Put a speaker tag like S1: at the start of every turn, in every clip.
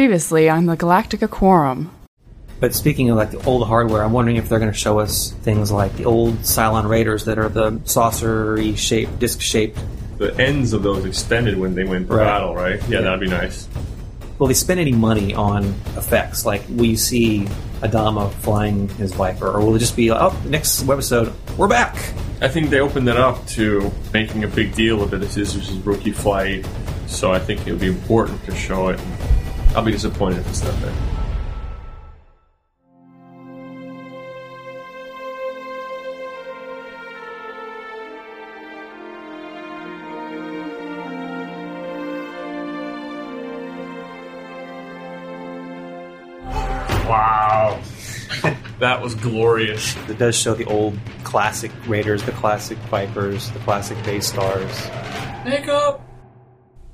S1: Previously on the Galactica Quorum.
S2: But speaking of like the old hardware, I'm wondering if they're going to show us things like the old Cylon Raiders that are the saucery shaped, disc shaped.
S3: the ends of those extended when they went to
S2: Right.
S3: battle, right? Yeah, that'd be nice.
S2: Will they spend any money on effects? Like, will you see Adama flying his Viper, or will it just be like, oh, next webisode, we're back?
S3: I think they opened it up to making a big deal of it. It's his rookie flight, so I think it would be important to show it. I'll be disappointed if it's not there. Wow, That was glorious.
S2: It does show the old classic Raiders, the classic Vipers, the classic Base Stars.
S3: Hiccup!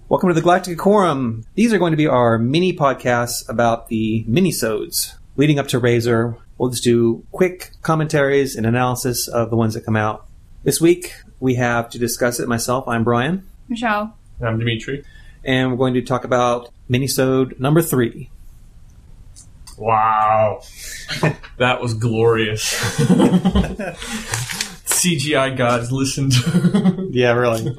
S2: Welcome to the Galactica Quorum. These are going to be our mini podcasts about the minisodes leading up to Razor. We'll just do quick commentaries and analysis of the ones that come out. This week we have to discuss it myself. I'm Brian,
S1: Michelle.
S3: I'm Dimitri.
S2: and we're going to talk about minisode number three.
S3: Wow. that was glorious. CGI gods listened.
S2: Yeah, really.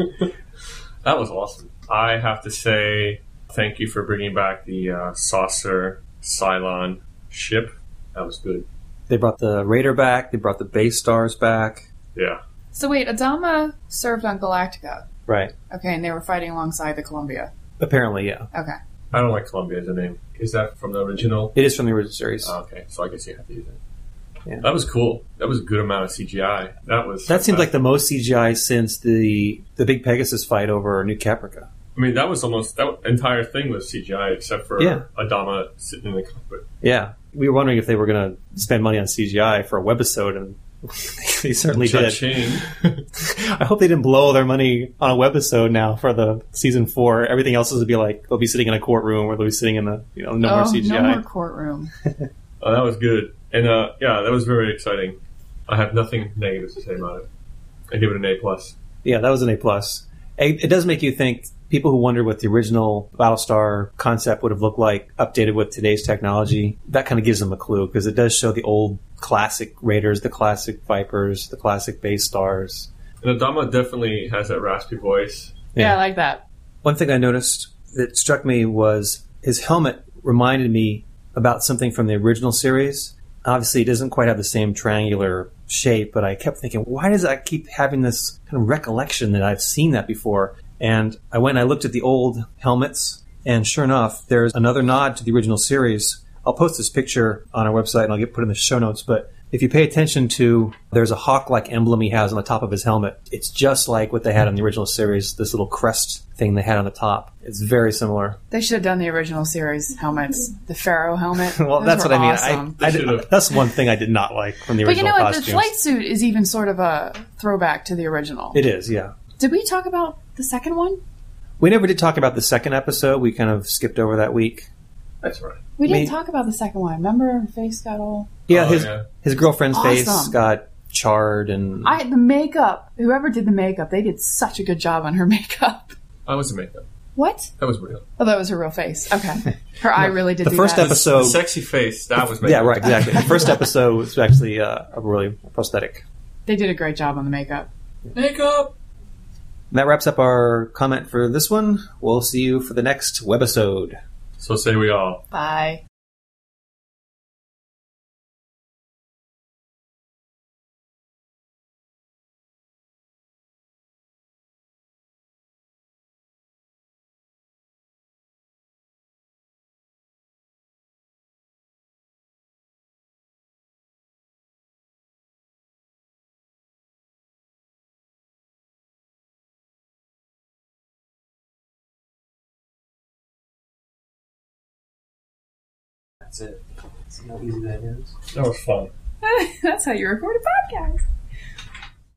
S3: that was awesome. I have to say thank you for bringing back the uh, saucer Cylon ship. That was good.
S2: they brought the Raider back, they brought the Base Stars back.
S3: Yeah.
S1: So wait, Adama served on Galactica.
S2: Right.
S1: Okay, and they were fighting alongside the Columbia.
S2: Apparently, yeah.
S1: Okay.
S3: I don't like Columbia as a name. Is that from the original?
S2: It is from the original series.
S3: Oh, okay, so I guess you have to use it.
S2: Yeah.
S3: That was cool. That was a good amount of CGI. That was uh,
S2: that seems like the most CGI since the the big Pegasus fight over New Caprica.
S3: I mean, that was almost that entire thing was CGI except for
S2: Yeah.
S3: Adama sitting in the cockpit.
S2: Yeah, we were wondering if they were going to spend money on CGI for a webisode, and they certainly did.
S3: Cha-ching.
S2: I hope they didn't blow their money on a webisode now for the season four. Everything else is be like they'll be sitting in a courtroom or they'll be sitting in the you know no
S1: oh,
S2: more CGI.
S1: no more courtroom.
S3: Oh, that was good. And uh, yeah, that was very exciting. I have nothing negative to say about it. I give it an A plus.
S2: Yeah, that was an A plus. It it does make you think. People who wonder what the original Battlestar concept would have looked like, updated with today's technology, that kind of gives them a clue because it does show the old classic Raiders, the classic Vipers, the classic Base Stars.
S3: And Adama definitely has that raspy voice.
S1: yeah, I like that.
S2: One thing I noticed that struck me was his helmet reminded me about something from the original series. Obviously, it doesn't quite have the same triangular shape, but I kept thinking, why does I keep having this kind of recollection that I've seen that before? And I went and I looked at the old helmets, and sure enough, there's another nod to the original series. I'll post this picture on our website and I'll get put in the show notes, but if you pay attention to there's a hawk like emblem he has on the top of his helmet it's just like what they had on the original series this little crest thing they had on the top it's very similar
S1: They should have done the original series helmets, the Pharaoh helmet.
S2: well
S1: Those
S2: that's
S1: were
S2: what i mean
S1: awesome.
S2: I, I did-
S3: should've.
S2: that's one thing i did not like from the
S1: but you
S2: original
S1: know what?
S2: costumes
S1: The flight suit is even sort of a throwback to the original.
S2: it is yeah
S1: Did we talk about the second one?
S2: we never did talk about the second episode we kind of skipped over that week
S3: That's right.
S1: We didn't
S2: Me-
S1: talk about the second one. Remember, her face got all
S2: yeah
S3: Oh,
S2: his
S3: yeah.
S2: his girlfriend's face
S1: Awesome.
S2: got charred and
S1: I the makeup. Whoever did the makeup, they did such a good job on her makeup.
S3: That was the makeup.
S1: What?
S3: That was real.
S1: Oh, that was her real face. Okay, her eye really did.
S2: the
S1: do
S2: first
S1: that.
S2: episode
S3: The sexy face. That was
S2: yeah
S3: makeup.
S2: right exactly the first episode was actually uh, a really prosthetic
S1: they did a great job on the makeup.
S3: Makeup.
S2: And that wraps up our comment for this one. We'll see you for the next webisode.
S3: So say we all.
S1: Bye.
S2: That's it. See how easy that is?
S3: That was fun.
S1: That's how you record a podcast.